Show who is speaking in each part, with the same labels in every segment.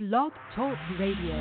Speaker 1: Blog Talk Radio.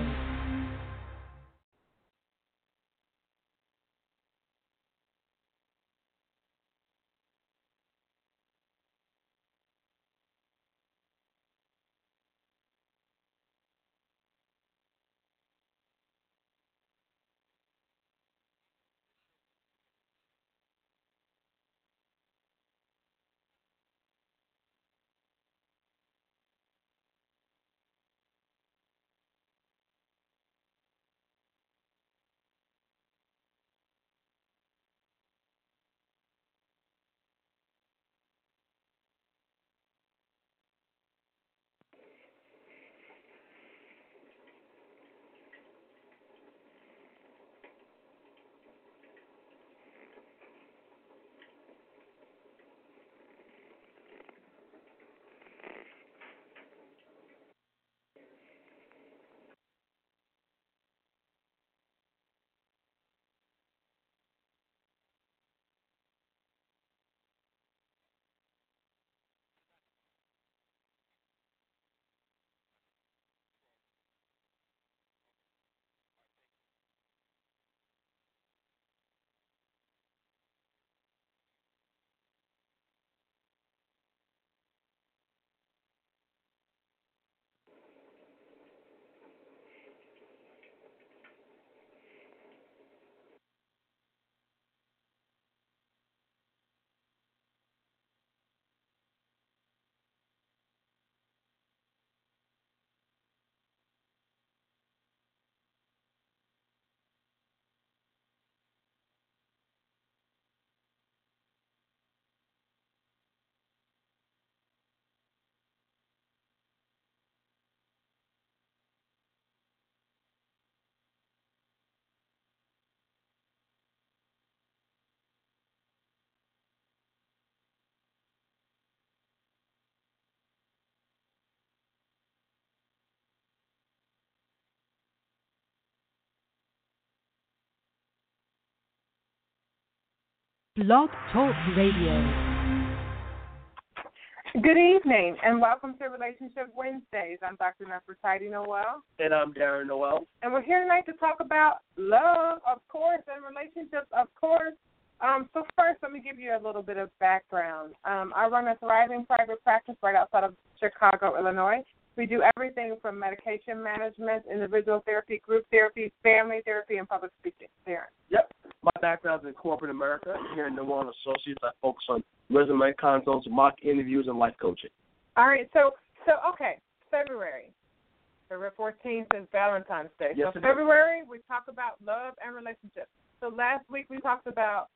Speaker 1: Blog Talk Radio.
Speaker 2: Good evening and welcome to Relationship Wednesdays. I'm Dr. Nefertiti Noel,
Speaker 3: And I'm Darren Noel.
Speaker 2: and we're here tonight to talk about love, of course, and relationships, of course. Um, so first, let me give you a little bit of background. Um, I run a thriving private practice right outside of Chicago, Illinois. We do everything from medication management, individual therapy, group therapy, family therapy, and public speaking. Darren.
Speaker 3: Yep. My background is in corporate America. Here in Noel and Associates, I focus on resume consults, mock interviews, and life coaching.
Speaker 2: All right, so so okay, February. February fourteenth is Valentine's Day.
Speaker 3: Yes, it
Speaker 2: so
Speaker 3: is.
Speaker 2: February we talk about love and relationships. So last week we talked about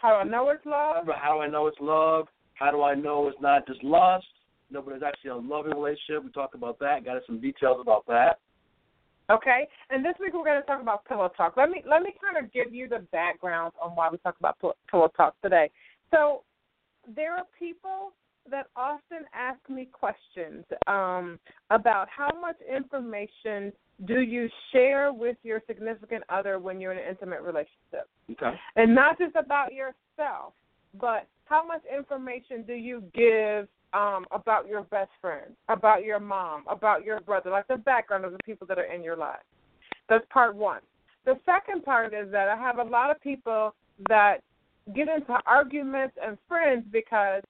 Speaker 2: how I know it's love.
Speaker 3: But how do I know it's love? How do I know it's not just lust? No, but it's actually a loving relationship. We talked about that. Got us some details about that.
Speaker 2: Okay. And this week we're gonna talk about pillow talk. Let me let me kind of give you the background on why we talk about pill- pillow talk today. So there are people that often ask me questions um, about how much information do you share with your significant other when you're in an intimate relationship?
Speaker 3: Okay.
Speaker 2: and not just about yourself, but how much information do you give um, about your best friend, about your mom, about your brother, like the background of the people that are in your life. That's part one. The second part is that I have a lot of people that get into arguments and friends because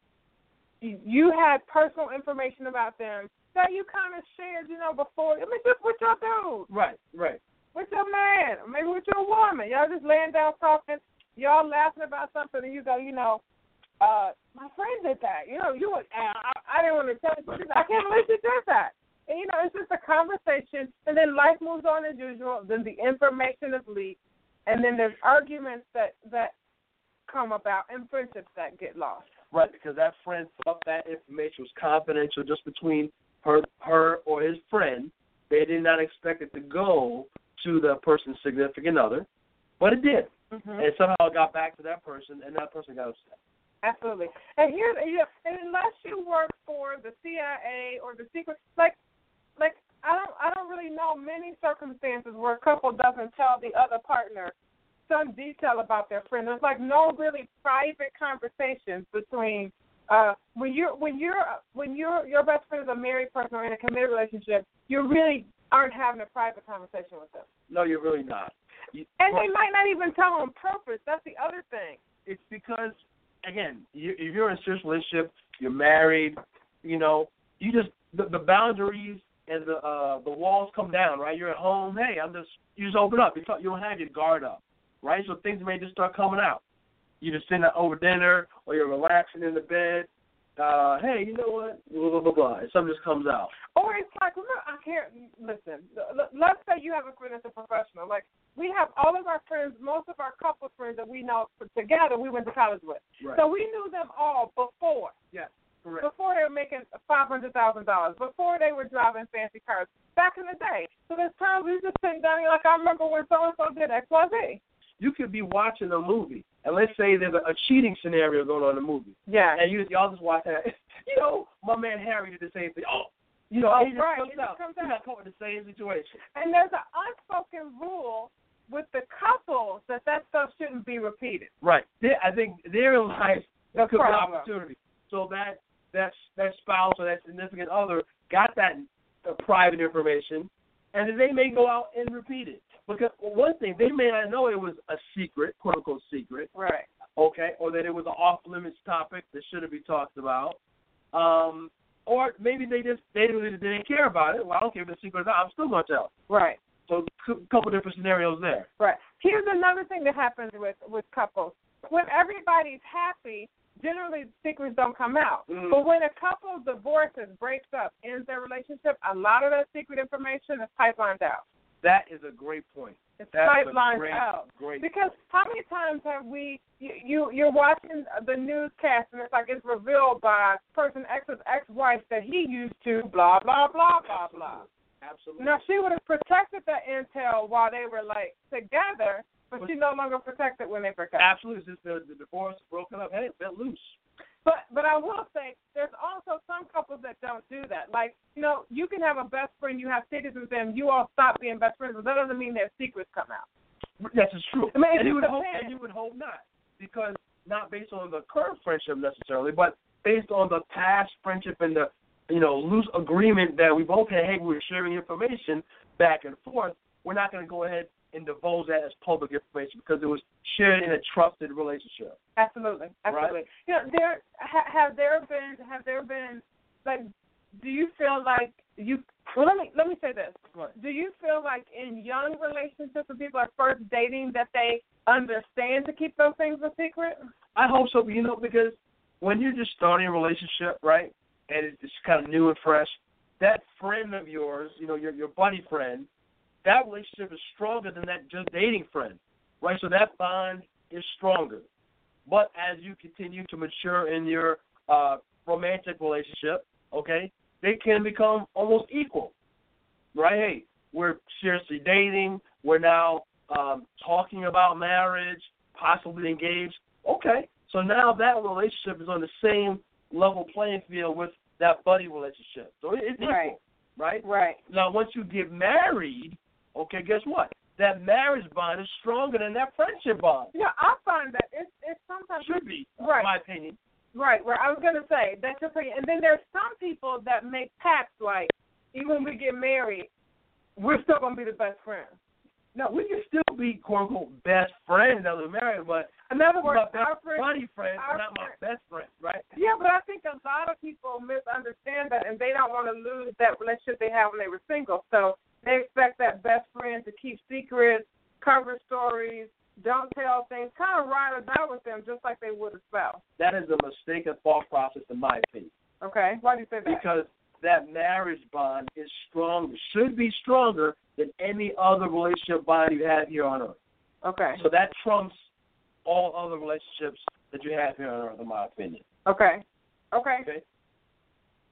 Speaker 2: you- you had personal information about them that you kind of shared, you know, before. I mean, just with your dude
Speaker 3: Right, right.
Speaker 2: with your man, or maybe with your woman. Y'all just laying down talking, y'all laughing about something, and you go, you know, uh, my friend did that. You know, you would, I, I didn't want to tell you, but she's like, I can't believe she did that. And, you know, it's just a conversation, and then life moves on as usual. Then the information is leaked, and then there's arguments that that come about, and friendships that get lost.
Speaker 3: Right, because that friend thought that information was confidential just between her her or his friend. They did not expect it to go to the person's significant other. But it did.
Speaker 2: Mm-hmm.
Speaker 3: and somehow it got back to that person, and that person got upset.
Speaker 2: Absolutely. And here, you know, and unless you work for the CIA or the secret, like, like I don't, I don't really know many circumstances where a couple doesn't tell the other partner some detail about their friend. There's like no really private conversations between uh, when you're when you're when you're your best friend is a married person or in a committed relationship, you really aren't having a private conversation with them,
Speaker 3: No, you're really not. You-
Speaker 2: and they might not even tell on purpose. That's the other thing.
Speaker 3: it's because again, you, if you're in a serious relationship, you're married, you know, you just the, the boundaries and the uh the walls come down, right? You're at home, hey, I'm just you just open up. You talk, you don't have your guard up, right? So things may just start coming out. You're just sitting out over dinner, or you're relaxing in the bed. Uh, hey, you know what? Blah blah blah. blah. And something just comes out.
Speaker 2: Or it's like, remember, I can't listen. l- l- Let's say you have a friend that's a professional. Like we have all of our friends, most of our couple friends that we know together, we went to college with.
Speaker 3: Right.
Speaker 2: So we knew them all before.
Speaker 3: Correct.
Speaker 2: before they were making five hundred thousand dollars, before they were driving fancy cars, back in the day. So there's times we just sitting down and you're like I remember when so and so did X Y Z.
Speaker 3: You could be watching a movie, and let's say there's a, a cheating scenario going on in the movie.
Speaker 2: Yeah.
Speaker 3: and you y'all just watch that. You know, my man Harry did the same thing. Oh, you know,
Speaker 2: Oh,
Speaker 3: it just
Speaker 2: right,
Speaker 3: comes
Speaker 2: it just
Speaker 3: out.
Speaker 2: comes
Speaker 3: You
Speaker 2: out.
Speaker 3: got caught in the same situation.
Speaker 2: And there's an unspoken rule with the couples that that stuff shouldn't be repeated.
Speaker 3: Right. There, I think therein lies
Speaker 2: The
Speaker 3: could be an
Speaker 2: problem.
Speaker 3: opportunity. So that that that spouse or that significant other got that uh, private information, and then they may go out and repeat it. Because well, one thing they may not know it was a secret, quote unquote secret,
Speaker 2: Right.
Speaker 3: okay, or that it was an off limits topic that shouldn't be talked about. Um, or maybe they just they didn't, they didn't care about it. Well, I don't care if it's secret or not. I'm still going to tell.
Speaker 2: Right.
Speaker 3: So a couple different scenarios there.
Speaker 2: Right. Here's another thing that happens with with couples. When everybody's happy, generally secrets don't come out.
Speaker 3: Mm.
Speaker 2: But when a couple divorces, breaks up, ends their relationship, a lot of that secret information is pipelined out.
Speaker 3: That is a great point.
Speaker 2: It's
Speaker 3: That's a
Speaker 2: pipelined
Speaker 3: great,
Speaker 2: out.
Speaker 3: great.
Speaker 2: Because how many times have we you, you you're watching the newscast and it's like it's revealed by person X's ex-wife that he used to blah blah blah blah blah.
Speaker 3: Absolutely.
Speaker 2: Now she would have protected that intel while they were like together, but she no longer protected when they break up.
Speaker 3: Absolutely. Since the, the divorce broken up, hey, let loose.
Speaker 2: But but I will say there's also some couples that don't do that. Like you know you can have a best friend, you have secrets with them, you all stop being best friends, but that doesn't mean their secrets come out.
Speaker 3: Yes, it's true.
Speaker 2: I mean, it
Speaker 3: and you would hope,
Speaker 2: depends.
Speaker 3: and you would hope not, because not based on the current friendship necessarily, but based on the past friendship and the you know loose agreement that we both had. Hey, we were sharing information back and forth. We're not going to go ahead and divulge that as public information because it was shared in a trusted relationship.
Speaker 2: Absolutely, absolutely. You know, there ha, have there been have there been like do you feel like you well let me let me say this
Speaker 3: Right.
Speaker 2: do you feel like in young relationships when people are first dating that they understand to keep those things a secret?
Speaker 3: I hope so. You know, because when you're just starting a relationship, right, and it's just kind of new and fresh, that friend of yours, you know, your your buddy friend, that relationship is stronger than that just dating friend, right? So that bond is stronger. But as you continue to mature in your uh, romantic relationship, okay, they can become almost equal, right? Hey, we're seriously dating. We're now um, talking about marriage, possibly engaged. Okay, so now that relationship is on the same level playing field with that buddy relationship. So it- it's
Speaker 2: Right.
Speaker 3: equal, right?
Speaker 2: Right.
Speaker 3: Now, once you get married, okay, guess what? That marriage bond is stronger than that friendship bond.
Speaker 2: You know, I find that it's it's sometimes
Speaker 3: Should be,
Speaker 2: Right.
Speaker 3: in my opinion.
Speaker 2: Right, right. I was gonna say that's your opinion. And then there's some people that make pacts like even when we get married, we're still gonna be the best friends.
Speaker 3: No, we can still be quote unquote best friends that we're married, but
Speaker 2: In other
Speaker 3: my
Speaker 2: words,
Speaker 3: best
Speaker 2: our friends
Speaker 3: buddy friends,
Speaker 2: our
Speaker 3: not my
Speaker 2: friend-
Speaker 3: best friend, right?
Speaker 2: Yeah, but I think a lot of people misunderstand that, and they don't want to lose that relationship they had when they were single. So they expect that best friend to keep secrets, cover stories, don't tell things, kind of ride or die with them, just like they would a spouse.
Speaker 3: That is a mistaken thought process, in my opinion,
Speaker 2: Okay, why do you say that?
Speaker 3: because that marriage bond is stronger, should be stronger than any other relationship bond you have here on earth.
Speaker 2: okay,
Speaker 3: So that trumps all other relationships that you have here on earth, in my opinion.
Speaker 2: okay, okay,
Speaker 3: Okay.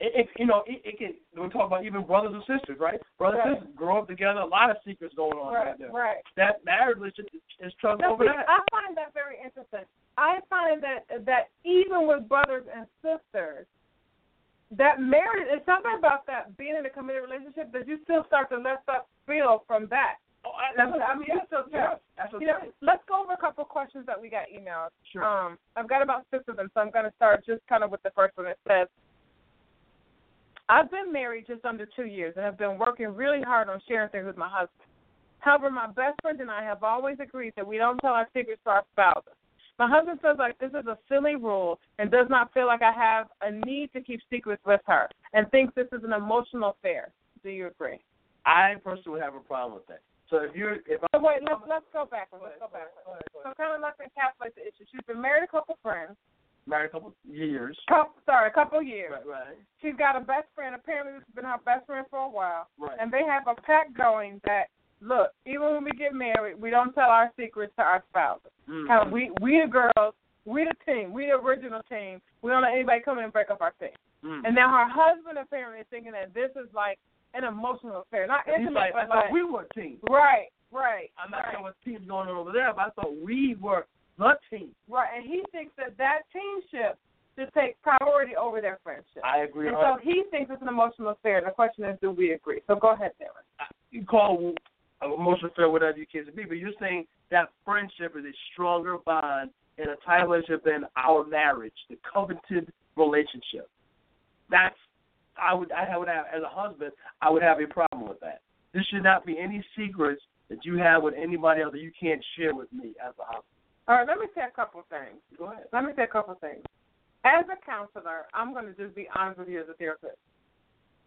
Speaker 3: It, it you know it, it can we talk about even brothers and sisters, right? Brothers and
Speaker 2: Right.
Speaker 3: sisters grow up together. A lot of secrets going on
Speaker 2: right,
Speaker 3: right there.
Speaker 2: right.
Speaker 3: That marriage relationship is- is trust
Speaker 2: No,
Speaker 3: over
Speaker 2: see,
Speaker 3: that.
Speaker 2: I find that very interesting. I find that that even with brothers and sisters, that marriage is something about that being in a committed relationship that you still start to let stuff spill from that.
Speaker 3: Oh, I, that's, I mean, that's okay. That's
Speaker 2: You know,
Speaker 3: okay.
Speaker 2: let's go over a couple questions that we got emailed.
Speaker 3: Sure.
Speaker 2: Um, I've got about six of them, so I'm going to start just kind of with the first one. It says, I've been married just under two years and have been working really hard on sharing things with my husband. However, my best friend and I have always agreed that we don't tell our secrets to our spouses. My husband feels like this is a silly rule and does not feel like I have a need to keep secrets with her and thinks this is an emotional affair. Do you agree?
Speaker 3: I personally would have a problem with that. So if you're, if
Speaker 2: So wait, let's let's go backwards. Let's go backwards. So kind of let's encapsulate the issue. She's been married a couple friends.
Speaker 3: I'm married a couple years,
Speaker 2: Couple, sorry, a couple years.
Speaker 3: right, right,
Speaker 2: She's got a best friend. Apparently, this has been her best friend for a while,
Speaker 3: right,
Speaker 2: and they have a pact going that look, even when we get married, we don't tell our secrets to our spouses.
Speaker 3: Mm.
Speaker 2: Kind of we we the girls, we the team, we the original team. We don't let anybody come in and break up our team.
Speaker 3: Mm.
Speaker 2: And now her husband apparently is thinking that this is like an emotional affair, not
Speaker 3: And he's
Speaker 2: intimate,
Speaker 3: like, I
Speaker 2: but
Speaker 3: thought
Speaker 2: like
Speaker 3: we were a team.
Speaker 2: right, right.
Speaker 3: I'm not
Speaker 2: right.
Speaker 3: sure what team's going on over there, but I thought we were the team.
Speaker 2: Right, and he thinks that that teamship should take priority over their friendship.
Speaker 3: I agree.
Speaker 2: and
Speaker 3: on-
Speaker 2: so he thinks it's an emotional affair. And the question is, do we agree? So go ahead, Darren.
Speaker 3: you call a emotional affair whatever you kids be, but you're saying that friendship is a stronger bond in a tight relationship than our marriage, the covenanted relationship. That's I would I would have as a husband I would have a problem with that. There should not be any secrets that you have with anybody else that you can't share with me as a husband.
Speaker 2: All right, let me say a couple things.
Speaker 3: Go ahead.
Speaker 2: Let me say a couple things. As a counselor, I'm going to just be honest with you as a therapist.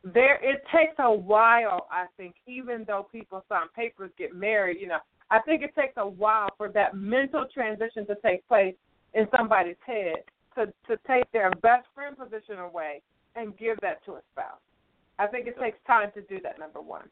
Speaker 2: There, it takes a while, I think, even though people sign papers, get married, you know, I think it takes a while for that mental transition to take place in somebody's head to to take their best friend position away and give that to a spouse. I think it takes time to do that. Number one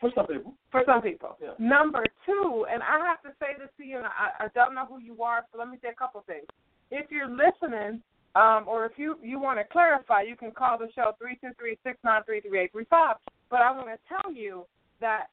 Speaker 3: For some people.
Speaker 2: for some people.
Speaker 3: Yeah.
Speaker 2: Number two, and I have to say this to you, and I, I don't know who you are, so let me say a couple things. If you're listening, um, or if you you want to clarify, you can call the show three two three six nine three three eight three five. But I want to tell you that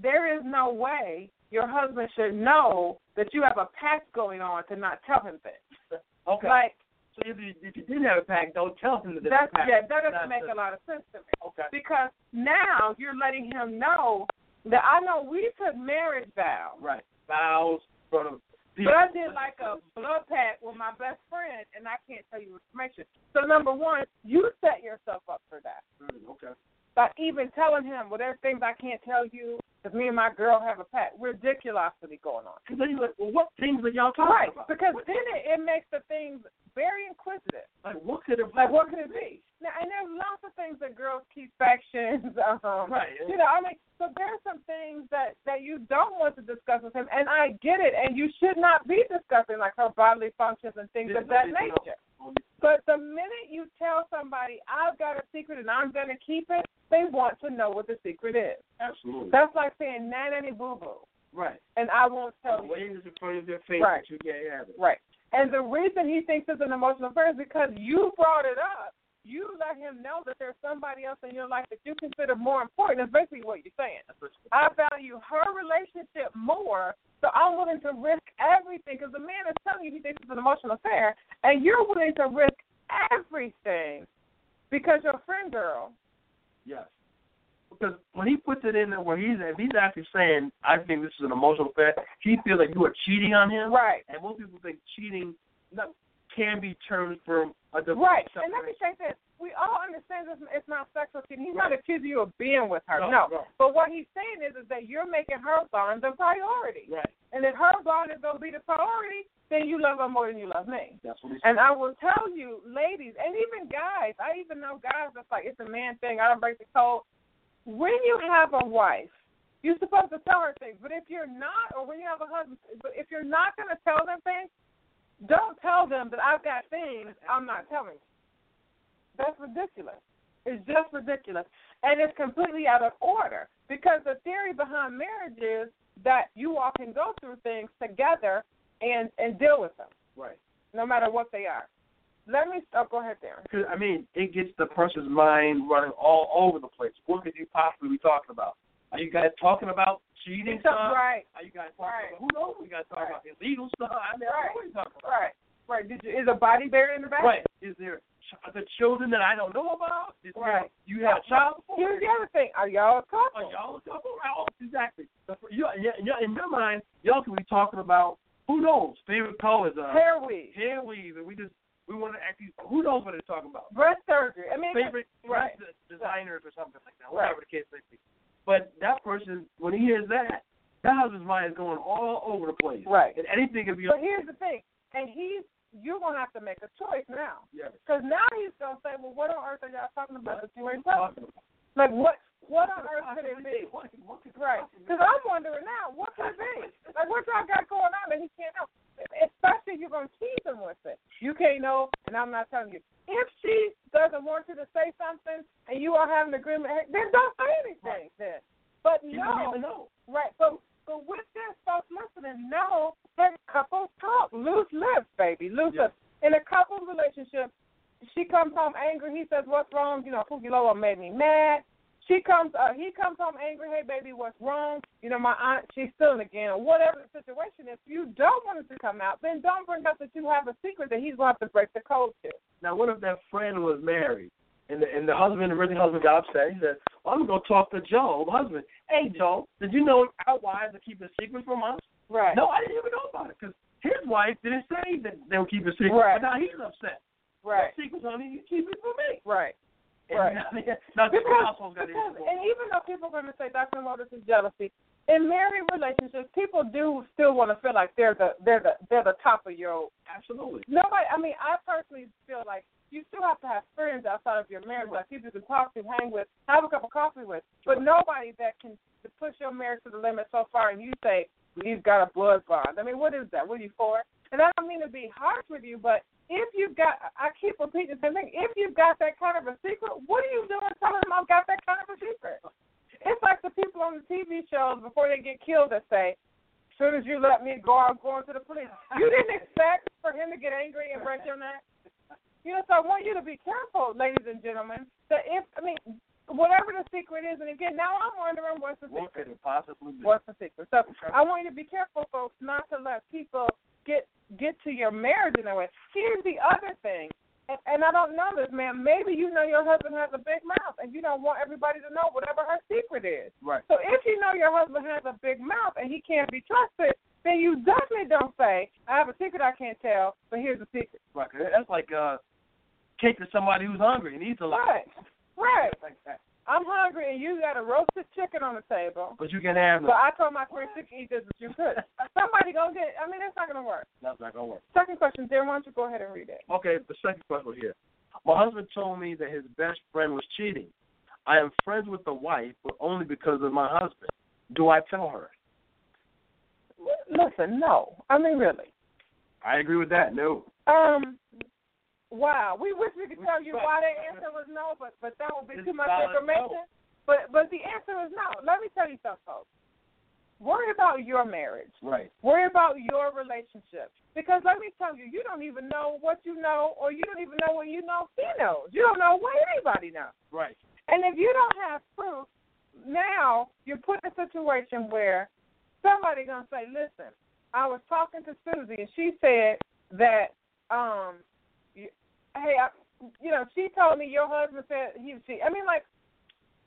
Speaker 2: there is no way your husband should know that you have a pact going on to not tell him things.
Speaker 3: Okay.
Speaker 2: Like
Speaker 3: so if you, if you didn't have a pact, don't tell them that there's
Speaker 2: that's
Speaker 3: a pact.
Speaker 2: yeah, that doesn't
Speaker 3: That's
Speaker 2: make
Speaker 3: it.
Speaker 2: a lot of sense to me
Speaker 3: Okay.
Speaker 2: because now you're letting him know that I know we took marriage vows.
Speaker 3: Right. Vows in front of people.
Speaker 2: But I did like a blood pack with my best friend, and I can't tell you information. So number one, you set yourself up for that
Speaker 3: Mm, okay.
Speaker 2: by even telling him, "Well, there's things I can't tell you because me and my girl have a pact." Ridiculosity going on,
Speaker 3: And then you're like, well, what things are y'all talking
Speaker 2: right?
Speaker 3: about?
Speaker 2: Because then it, it makes the things very inquisitive.
Speaker 3: Like, what could have
Speaker 2: Like, what could it be? Now, and there's lots of things that girls keep factions. Um,
Speaker 3: Right.
Speaker 2: You know, I mean, so there's some things that that you don't want to discuss with him, and I get it, and you should not be discussing like her bodily functions and things
Speaker 3: Yeah,
Speaker 2: of that
Speaker 3: no, no, no.
Speaker 2: nature.
Speaker 3: Oh,
Speaker 2: But the minute you tell somebody I've got a secret and I'm gonna keep it, they want to know what the secret is.
Speaker 3: Absolutely.
Speaker 2: That's like saying nanny boo boo,
Speaker 3: right.
Speaker 2: and I won't tell you.
Speaker 3: Waves in front of their face
Speaker 2: Right.
Speaker 3: that you can't have it.
Speaker 2: Right. And the reason he thinks it's an emotional affair is because you brought it up. You let him know that there's somebody else in your life that you consider more important. Is basically what you're saying.
Speaker 3: That's what you-
Speaker 2: I value her relationship more, so I'm willing to risk everything because the man is telling you he thinks it's an emotional affair, and you're willing to risk everything because your friend girl.
Speaker 3: Yes. Because when he puts it in there where he's at, if he's actually saying, I think this is an emotional affair, he feels like you are cheating on him.
Speaker 2: Right.
Speaker 3: And most people think cheating not, can be termed from a divorce.
Speaker 2: Right. And let me
Speaker 3: separation.
Speaker 2: say this. We all understand this it's not sexual cheating. He's not
Speaker 3: Right.
Speaker 2: accusing you of being with her.
Speaker 3: No,
Speaker 2: no.
Speaker 3: no.
Speaker 2: But what he's saying is is that you're making her bond the priority.
Speaker 3: Right.
Speaker 2: And if her bond is gonna be the priority, then you love her more than you love me.
Speaker 3: That's what he's
Speaker 2: And I will tell you, ladies, and even guys, I even know guys that's like, it's a man thing, I don't break the code. When you have a wife, you're supposed to tell her things. But if you're not, or when you have a husband, but if you're not going to tell them things, don't tell them that I've got things I'm not telling you. That's ridiculous. It's just ridiculous. And it's completely out of order because the theory behind marriage is that you all can go through things together and, and deal with them
Speaker 3: Right.
Speaker 2: no matter what they are. Let me oh, go ahead, Darren.
Speaker 3: Because I mean, it gets the person's mind running all over the place. What could you possibly be talking about? Are you guys talking about cheating
Speaker 2: It's a-
Speaker 3: stuff?
Speaker 2: right,
Speaker 3: Are you guys talking
Speaker 2: Right.
Speaker 3: about who knows? We guys talking
Speaker 2: Right.
Speaker 3: about illegal stuff. I never
Speaker 2: Right.
Speaker 3: know what you're talking about.
Speaker 2: right, right. Did you is a body buried in the back?
Speaker 3: Right. Is there ch- are there children that I don't know about? Is there-
Speaker 2: Right.
Speaker 3: You have child support?
Speaker 2: Here's the other thing. Are y'all a
Speaker 3: Are
Speaker 2: couple?
Speaker 3: y'all talking about? Exactly. The, you, yeah, yeah, in your mind, y'all could be talking about who knows favorite colors, uh,
Speaker 2: Hair weave,
Speaker 3: hair weave, and we just we want to act. these- Who knows what they're talking about?
Speaker 2: breast surgery. I mean,
Speaker 3: favorite
Speaker 2: Right.
Speaker 3: dress de- designers or something like that,
Speaker 2: Right.
Speaker 3: whatever the case may be. But that person, when he hears that, that husband's mind is going all over the place.
Speaker 2: right.
Speaker 3: And anything can be.
Speaker 2: But here's the thing, and he's you're gonna have to make a choice now,
Speaker 3: yeah,
Speaker 2: because now he's gonna say, well, what on earth are y'all talking about that you ain't
Speaker 3: talking
Speaker 2: talking?
Speaker 3: about.
Speaker 2: Like what? What on earth
Speaker 3: What
Speaker 2: could it
Speaker 3: could
Speaker 2: be?
Speaker 3: it What could- what could-
Speaker 2: Right. Because I'm wondering now, what could it be? Like, what y'all got going on that he can't know? Especially if you're going to tease him with it. You can't know, and I'm not telling you. If she doesn't want you to say something and you all have an agreement, hey, then don't say anything then. But
Speaker 3: You don't
Speaker 2: no,
Speaker 3: even know.
Speaker 2: right. But, but with this, folks listening, no, that couples talk. Loose lips, baby. Loose
Speaker 3: Yeah.
Speaker 2: lips. In a couples relationship, she comes home angry. He says, "What's wrong?" You know, Pookie Lola made me mad. She comes, uh, he comes home angry. Hey, baby, what's wrong? You know, my aunt, she's stealing again, or whatever the situation. If you don't want it to come out, then don't bring up that you have a secret that he's going to have to break the code to.
Speaker 3: Now, what if that friend was married and the, and the husband, the original husband, got upset? He said, well, "I'm gonna talk to Joe, the husband. Hey, Joe, did you know our wives are keeping secrets from us?
Speaker 2: Right.
Speaker 3: No, I didn't even know about it because his wife didn't say that they were keeping secrets.
Speaker 2: Right.
Speaker 3: But now he's upset.
Speaker 2: Right.
Speaker 3: That secret's on you. Keep it from me.
Speaker 2: Right.
Speaker 3: And
Speaker 2: Right.
Speaker 3: now they- Now the
Speaker 2: Because,
Speaker 3: household's got to
Speaker 2: because, and even though people are going to say Dr. Mo, this is jealousy, in married relationships, people do still want to feel like they're the they're the they're the top of your
Speaker 3: Absolutely.
Speaker 2: nobody. I mean, I personally feel like you still have to have friends outside of your marriage, like people you can talk to, hang with, have a cup of coffee with, but nobody that can push your marriage to the limit so far. And you say he's got a blood bond. I mean, what is that? What are you for? And I don't mean to be harsh with you, but if you've got, I keep repeating the same thing. If you've got that kind of a secret, what are you doing telling them I've got that kind of a secret? It's like the people on the TV shows before they get killed that say, soon as you let me go, I'm going to the police. You didn't expect for him to get angry and break your neck. You know, so I want you to be careful, ladies and gentlemen. That if I mean, whatever the secret is, and again, now I'm wondering what's the
Speaker 3: What could
Speaker 2: secret.
Speaker 3: it possibly be?
Speaker 2: What's the secret? So I want you to be careful, folks, not to let people get get to your marriage in that way. Here's the other thing, and, and I don't know this, man. Maybe you know your husband has a big mouth, and you don't want everybody to know whatever her secret is.
Speaker 3: Right.
Speaker 2: So if you know your husband has a big mouth and he can't be trusted, then you definitely don't say, "I have a secret I can't tell," but here's the secret.
Speaker 3: Right. That's like uh, cake to somebody who's hungry and eats a lot.
Speaker 2: Right, right.
Speaker 3: Like that.
Speaker 2: I'm hungry, and you got a roasted chicken on the table.
Speaker 3: But you can have
Speaker 2: But
Speaker 3: no.
Speaker 2: I told my friend she can eat this if you could. Somebody gonna get. I mean, that's not gonna work.
Speaker 3: That's not gonna work.
Speaker 2: Second question, dear. Why don't you go ahead and read it?
Speaker 3: Okay. The second question here. My husband told me that his best friend was cheating. I am friends with the wife, but only because of my husband. Do I tell her?
Speaker 2: Listen, no. I mean, really.
Speaker 3: I agree with that. No.
Speaker 2: Um. Wow. We wish we could tell you why the answer was no, but but that would be
Speaker 3: It's
Speaker 2: too much
Speaker 3: valid,
Speaker 2: information. But but the answer is no. Let me tell you something, folks. Worry about your marriage.
Speaker 3: Right.
Speaker 2: Worry about your relationship. Because let me tell you, you don't even know what you know, or you don't even know what you know he knows. You don't know what anybody knows.
Speaker 3: Right.
Speaker 2: And if you don't have proof, now you're put in a situation where somebody gonna say, "Listen, I was talking to Susie, and she said that, um, you, hey, I, you know, she told me your husband said he, she, I mean, like,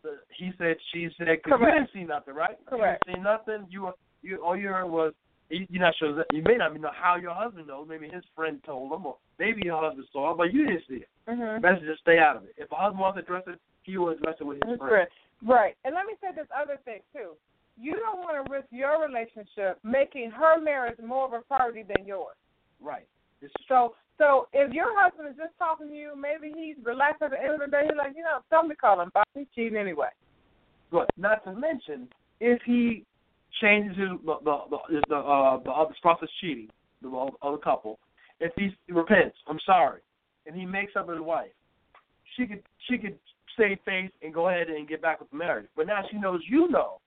Speaker 3: the- he said, she said, 'cause you
Speaker 2: Correct.
Speaker 3: didn't see nothing, right?
Speaker 2: Correct.
Speaker 3: You didn't see nothing. You were, you all you heard was you- you're not sure. that- You may not even know how your husband knows. Maybe his friend told him, or maybe your husband saw it, but you didn't see it.
Speaker 2: mm-hmm.
Speaker 3: Best to just stay out of it. If a husband wants to dress it, he will address it with his friend.
Speaker 2: right? And let me say this other thing too. You don't want to risk your relationship making her marriage more of a priority than yours.
Speaker 3: Right. This is
Speaker 2: So so if your husband is just talking to you, maybe he's relaxed at the end of the day, he's like, you know, somebody call him, but he's cheating anyway.
Speaker 3: good. Not to mention, if he changes his the the the, the uh the other spouse's cheating, the other couple, if he repents, I'm sorry, and he makes up with his wife, she could she could save face and go ahead and get back with the marriage. But now she knows you know.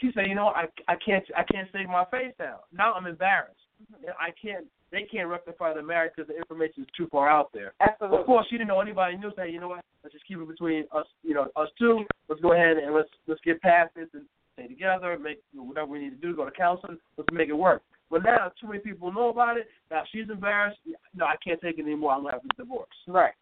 Speaker 3: She said, you know, I I can't I can't save my face now. Now I'm embarrassed. And I can't. They can't rectify the marriage because the information is too far out there.
Speaker 2: Absolutely.
Speaker 3: Of course, she didn't know anybody knew. Hey, you know what? Let's just keep it between us. You know, us two. Let's go ahead and let's let's get past this and stay together. Make whatever we need to do. Go to counseling. Let's make it work. But now too many people know about it. Now she's embarrassed. No, I can't take it anymore. I'm gonna have to divorce.
Speaker 2: Right.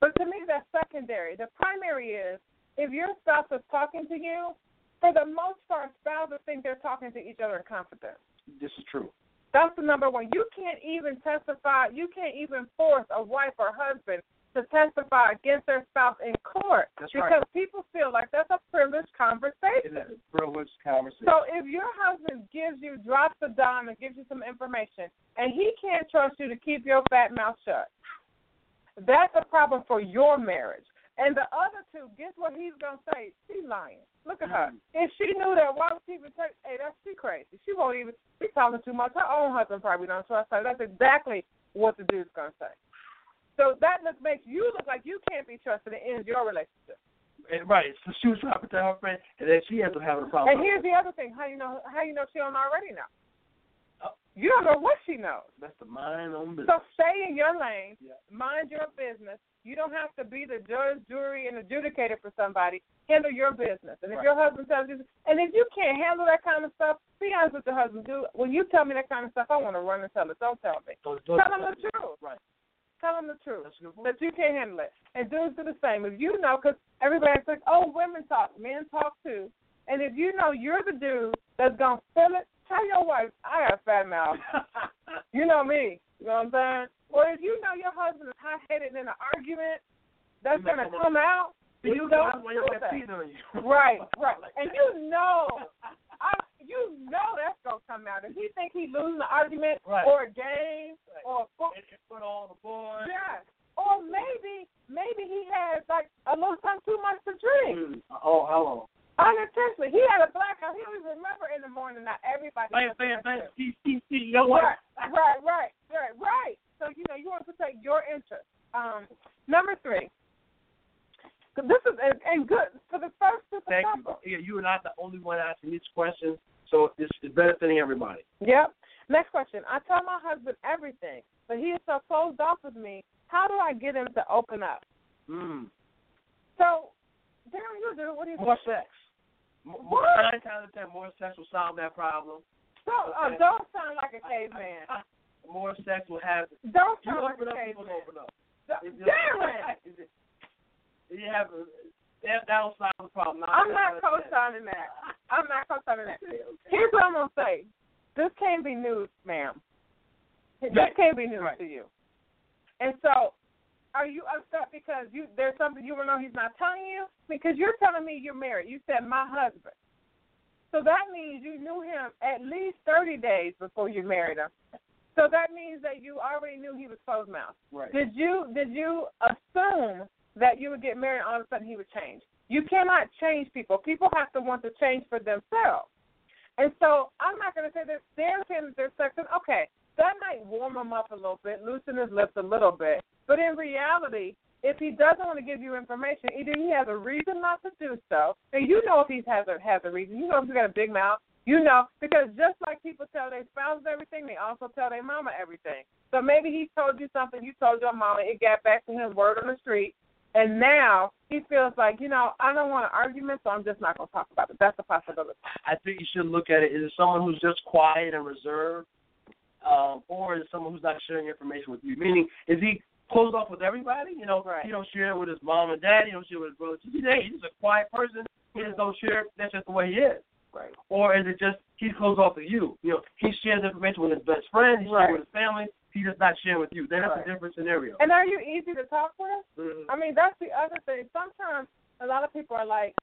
Speaker 2: But to me, that's secondary. The primary is if your spouse is talking to you, for the most part, spouses think they're talking to each other in confidence.
Speaker 3: This is true.
Speaker 2: That's the number one. You can't even testify. You can't even force a wife or husband to testify against their spouse in court
Speaker 3: That's
Speaker 2: because
Speaker 3: right.
Speaker 2: people feel like that's a privileged
Speaker 3: It
Speaker 2: conversation.
Speaker 3: is a privileged conversation.
Speaker 2: So if your husband gives you drops a dime and gives you some information, and he can't trust you to keep your fat mouth shut, that's a problem for your marriage. And the other two, guess what he's gonna say? She's lying. Look at her.
Speaker 3: Mhm.
Speaker 2: If she knew that, why would she even take? Hey, that's she crazy. She won't even. She's talking too much. Her own husband probably don't trust her. That's exactly what the dude's gonna say. So that look makes you look like you can't be trusted and ends your relationship.
Speaker 3: And, right. So she was trying to tell her friend, and then she ends up having a problem.
Speaker 2: And here's the other thing: how you know how you know she don't already know?
Speaker 3: Oh.
Speaker 2: You don't know what she knows.
Speaker 3: That's the mind on business.
Speaker 2: So stay in your lane,
Speaker 3: Yeah.
Speaker 2: mind your business. You don't have to be the judge, jury, and adjudicator for somebody. Handle your business. And if
Speaker 3: Right.
Speaker 2: your husband tells you, and if you can't handle that kind of stuff, be honest with your husband. Do when you tell me that kind of stuff, I want to run and tell it. Don't tell me.
Speaker 3: So- so-
Speaker 2: Tell him the truth.
Speaker 3: Right.
Speaker 2: Tell him the truth
Speaker 3: That's a good point.
Speaker 2: that you can't handle it. And dudes do the same. If you know, because everybody's like, oh, women talk, men talk too. And if you know you're the dude that's going to feel it, tell your wife, I have fat mouth. You know me. You know what I'm saying? Or if you know your husband is hot headed in an argument, that's
Speaker 3: You
Speaker 2: going
Speaker 3: might
Speaker 2: to
Speaker 3: come up-
Speaker 2: come out.
Speaker 3: Then
Speaker 2: You
Speaker 3: you
Speaker 2: don't
Speaker 3: know that's why your
Speaker 2: do
Speaker 3: wife
Speaker 2: that.
Speaker 3: cheated on you.
Speaker 2: Right, right. And you know, I, you know that's going to come out. If he think he losing the argument
Speaker 3: Right.
Speaker 2: or a game
Speaker 3: Right.
Speaker 2: or a football
Speaker 3: And you put all the boys.
Speaker 2: Yes. Or maybe maybe he had like a little something too much to drink.
Speaker 3: Mm. Oh, hello.
Speaker 2: Unintentionally. He had a blackout. He always remember in the morning now everybody
Speaker 3: Bam, bam, bam. See, see, see. You know what?
Speaker 2: Right, right, right, right, right. So you know you want to protect your interest. Um number three. This is and, and good for the first to the
Speaker 3: Thank
Speaker 2: couple.
Speaker 3: you. Yeah, you are not the only one asking these questions, so it's, it's benefiting everybody.
Speaker 2: Yep. Next question. I tell my husband everything, but he is so closed off with me. How do I get him to open up?
Speaker 3: Mm.
Speaker 2: So Darren, you do it. What do you think?
Speaker 3: More sex. M- More, nine times out of ten, more sex will solve that problem.
Speaker 2: Don't, uh,
Speaker 3: Okay.
Speaker 2: don't sound like a caveman.
Speaker 3: More sex will have.
Speaker 2: Don't
Speaker 3: You
Speaker 2: sound like
Speaker 3: open
Speaker 2: a
Speaker 3: up, people
Speaker 2: caveman.
Speaker 3: gonna open up. If
Speaker 2: Don't-
Speaker 3: you-
Speaker 2: Darren,
Speaker 3: You have a, that that'll solve the problem. Nine times
Speaker 2: I'm not
Speaker 3: out of ten.
Speaker 2: co-signing that. I'm not co-signing that. Here's what I'm gonna say. This can't be news, ma'am. This
Speaker 3: Right.
Speaker 2: can't be news
Speaker 3: Right.
Speaker 2: to you. And so, are you upset because you there's something you don't know he's not telling you? Because you're telling me you're married. You said my husband. So that means you knew him at least 30 days before you married him. So that means that you already knew he was closed mouthed.
Speaker 3: Right.
Speaker 2: Did you did you assume that you would get married and all of a sudden he would change? You cannot change people. People have to want to change for themselves. And so I'm not gonna say that they're saying that they're sexing. Okay, that might warm him up a little bit, loosen his lips a little bit. But in reality, if he doesn't want to give you information, either he has a reason not to do so, and you know if he has a has a reason. You know if he's got a big mouth. You know, because just like people tell their spouses everything, they also tell their mama everything. So maybe he told you something, you told your mama, it got back to him word on the street, and now he feels like, you know, I don't want an argument, so I'm just not going to talk about it. That's a possibility.
Speaker 3: I think you should look at it. Is it someone who's just quiet and reserved, um, or is it someone who's not sharing information with you? Meaning, is he closed off with everybody? You know,
Speaker 2: Right.
Speaker 3: he don't share with his mom and dad. He don't share with his brother. He's a- He's just a quiet person. He just don't share. That's just the way he is.
Speaker 2: Right.
Speaker 3: Or is it just he's closed off with you? You know, he shares information with his best friend. He
Speaker 2: Right.
Speaker 3: shares with his family. He does not share with you. Then That's
Speaker 2: Right.
Speaker 3: a different scenario.
Speaker 2: And are you easy to talk with?
Speaker 3: Mhm.
Speaker 2: I mean, that's the other thing. Sometimes a lot of people are like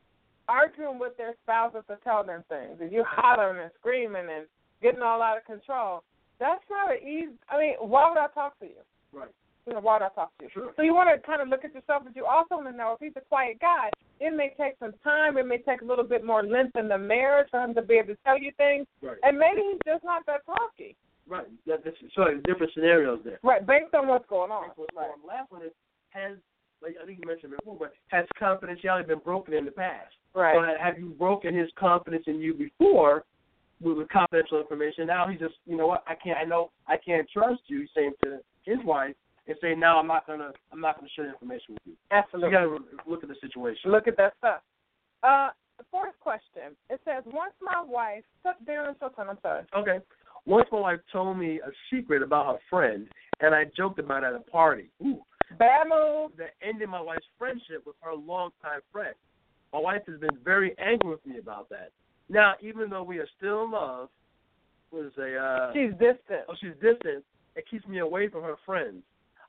Speaker 2: arguing with their spouses to tell them things, and you hollering and screaming and getting all out of control. That's not an easy. I mean, why would I talk to you?
Speaker 3: Right.
Speaker 2: You know, why would I talk to you?
Speaker 3: Sure.
Speaker 2: So you want to kind of look at yourself, but you also want to know if he's a quiet guy, it may take some time. It may take a little bit more length in the marriage for him to be able to tell you things,
Speaker 3: Right.
Speaker 2: and maybe he's just not that talky.
Speaker 3: Right. That, that's, so there's different scenarios there.
Speaker 2: Right, based on what's going on.
Speaker 3: What's going on. Last one is has like I think you mentioned before, but has confidentiality been broken in the past? So
Speaker 2: Right.
Speaker 3: ha- have you broken his confidence in you before with, with confidential information? Now he's just you know what I can't I know I can't trust you. He's saying to his wife and saying now I'm not gonna I'm not gonna share information with you.
Speaker 2: Absolutely.
Speaker 3: You gotta re- look at the situation.
Speaker 2: Look at that stuff. Uh, the fourth question. It says, once my wife took Darren Chilton, I'm sorry.
Speaker 3: Okay. Once my wife told me a secret about her friend, and I joked about it at a party. Ooh.
Speaker 2: Bad move.
Speaker 3: that ended my wife's friendship with her longtime friend. My wife has been very angry with me about that. Now, even though we are still in love, what is a uh,
Speaker 2: She's distant.
Speaker 3: oh she's distant, it keeps me away from her friends.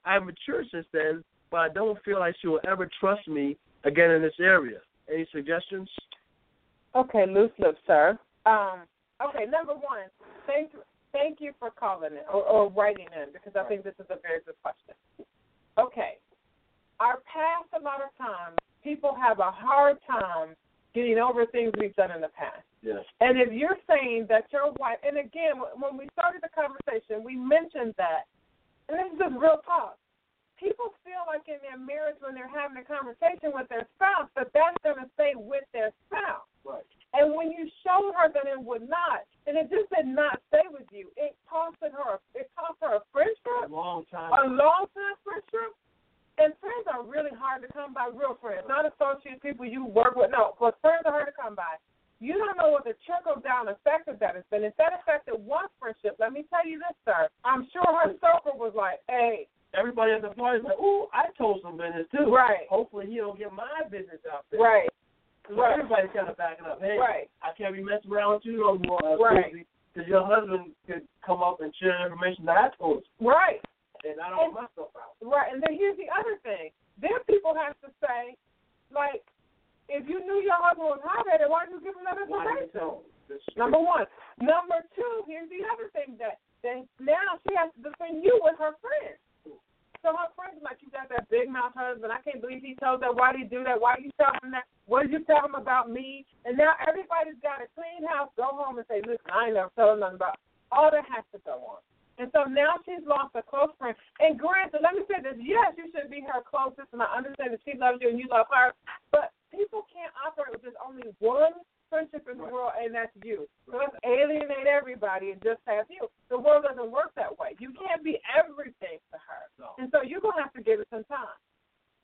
Speaker 3: I've matured since then, but I don't feel like she will ever trust me again in this area. Any suggestions?
Speaker 2: Okay, loose lips, sir. Um, okay, number one, thank thank you for calling in or, or writing in because I think this is a very good question. Okay, our past a lot of times people have a hard time getting over things we've done in the past.
Speaker 3: Yes.
Speaker 2: And if you're saying that your wife, and again, when we started the conversation, we mentioned that, and this is just real talk. People feel like in their marriage, when they're having a conversation with their spouse, that that's going to stay with their spouse.
Speaker 3: Right.
Speaker 2: And when you showed her that it would not, and it just did not stay with you, it costed her. It cost her a friendship,
Speaker 3: long time.
Speaker 2: a long time friendship. And friends are really hard to come by. Real friends, not associates, people you work with. No, but friends are hard to come by. You don't know what the trickle down effect of that has been. If that affected one friendship, let me tell you this, sir. I'm sure her circle was like, "Hey,
Speaker 3: Everybody at the party's like, "Ooh, I told some business too."
Speaker 2: Right.
Speaker 3: Hopefully, he don't get my business out there.
Speaker 2: right,
Speaker 3: So
Speaker 2: right.
Speaker 3: Everybody's kind of backing up. Hey,
Speaker 2: right,
Speaker 3: I can't be messing around with you no more. uh,
Speaker 2: Right.
Speaker 3: Susie, 'cause your husband could come up and share information that I told
Speaker 2: right."
Speaker 3: you, and I don't want myself out.
Speaker 2: Right, and then here's the other thing. Then people have to say, like, if you knew your husband was hot at it, why did you give him that
Speaker 3: Why did you
Speaker 2: information?
Speaker 3: tell him? This is
Speaker 2: Number one. Number two, here's the other thing that then now she has to defend you with her friends. So her friends like, you got that big mouth husband. I can't believe he told that. Why did he do that? Why did you tell him that? What did you tell him about me? And now everybody's got a clean house. Go home and say, listen, I ain't never told him nothing about. All that has to go on. And so now she's lost a close friend. And granted, let me say this: yes, you should be her closest, and I understand that she loves you and you love her. But people can't operate with just only one friendship in the
Speaker 3: Right.
Speaker 2: world, and that's you. So let's alienate everybody and just have you. The world doesn't work that way. You can't be everything to her,
Speaker 3: so.
Speaker 2: and so you're gonna have to give it some time.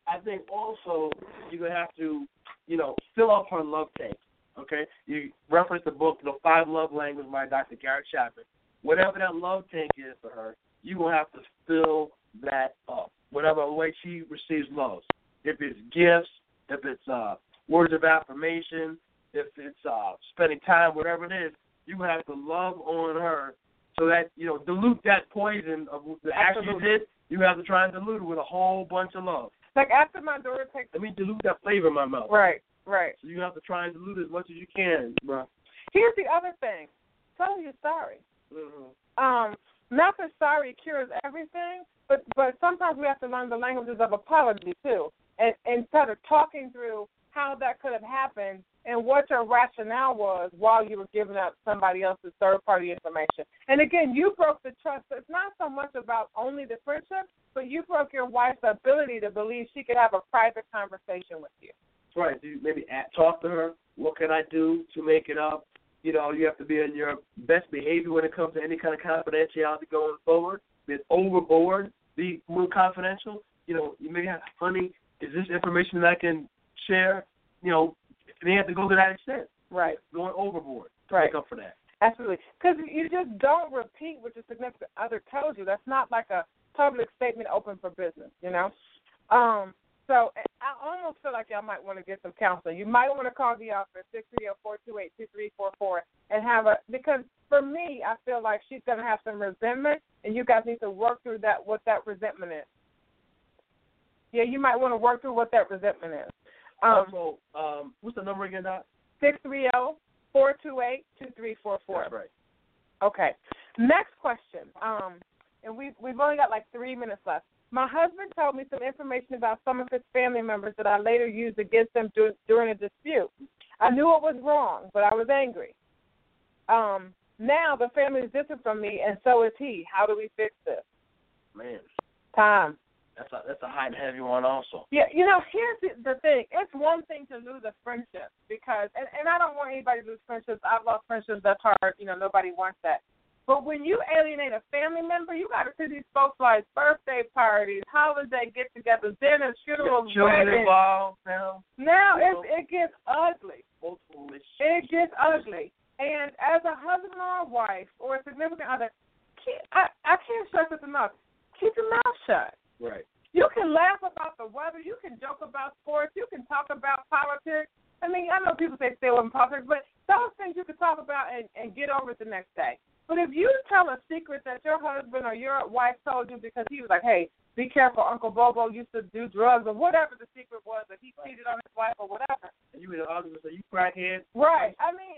Speaker 3: I think also you're gonna have to, you know, fill up her love tank. Okay, you reference the book, the Five Love Languages by Dr. Garrett Chapman. Whatever that love tank is for her, you're gonna have to fill that up. Whatever way she receives love, if it's gifts, if it's uh, words of affirmation, if it's uh, spending time, whatever it is, you have to love on her so that you know dilute that poison of the action you
Speaker 2: Absolutely.
Speaker 3: did. You have to try and dilute it with a whole bunch of love
Speaker 2: Like after my daughter takes
Speaker 3: let me dilute that flavor in my mouth.
Speaker 2: right, right.
Speaker 3: So you have to try and dilute it as much as you can, bro.
Speaker 2: Here's the other thing: tell her you're sorry.
Speaker 3: Mm-hmm.
Speaker 2: um not that sorry cures everything, but but sometimes we have to learn the languages of apology too, and and sort of talking through how that could have happened and what your rationale was while you were giving up somebody else's third party information. And again, you broke the trust. It's not so much about only the friendship, but you broke your wife's ability to believe she could have a private conversation with you.
Speaker 3: Right. Do you maybe at, talk to her? What can I do to make it up? You know, you have to be in your best behavior when it comes to any kind of confidentiality going forward. Be overboard. Be more confidential. You know, you may have honey. Is this information that I can share? You know, they have to go to that extent.
Speaker 2: Right.
Speaker 3: Going overboard. to
Speaker 2: Right.
Speaker 3: Make up for that.
Speaker 2: Absolutely, because you just don't repeat what your significant other tells you. That's not like a public statement open for business, you know. Um, so I almost feel like y'all might want to get some counseling. You might want to call the office six three zero four two eight two three four four and have a because for me, I feel like she's gonna have some resentment, and you guys need to work through that what that resentment is. Yeah, you might want to work through what that resentment is. Um,
Speaker 3: also, um, what's the number again, Doc?
Speaker 2: six three zero four two eight two three four four.
Speaker 3: That's right.
Speaker 2: Okay. Next question. Um, and we we've only got like three minutes left. My husband told me some information about some of his family members that I later used against them dur- during a dispute. I knew it was wrong, but I was angry. Um, now the family is distant from me, and so is he. How do we fix this?
Speaker 3: Man,
Speaker 2: Time.
Speaker 3: that's a that's a hot and heavy one also.
Speaker 2: Yeah, you know, here's the, the thing. It's one thing to lose a friendship because, and, and I don't want anybody to lose friendships. I've lost friendships. That's hard. You know, nobody wants that. But when you alienate a family member, you got to see these folks like birthday parties, holiday get-togethers, dinners, funerals,
Speaker 3: Children
Speaker 2: weddings.
Speaker 3: involved now.
Speaker 2: Now it's, it gets ugly.
Speaker 3: Multiple relationships.
Speaker 2: It gets ugly. And as a husband or a wife or a significant other, keep, I, I can't stress this enough. Keep your mouth shut.
Speaker 3: Right.
Speaker 2: You can laugh about the weather. You can joke about sports. You can talk about politics. I mean, I know people say stay away from politics, but those things you can talk about and, and get over it the next day. But if you tell a secret that your husband or your wife told you because he was like, hey, be careful, Uncle Bobo used to do drugs or whatever the secret was that he cheated on his wife or whatever.
Speaker 3: And you in the audience and say, you crackhead.
Speaker 2: Right. I mean,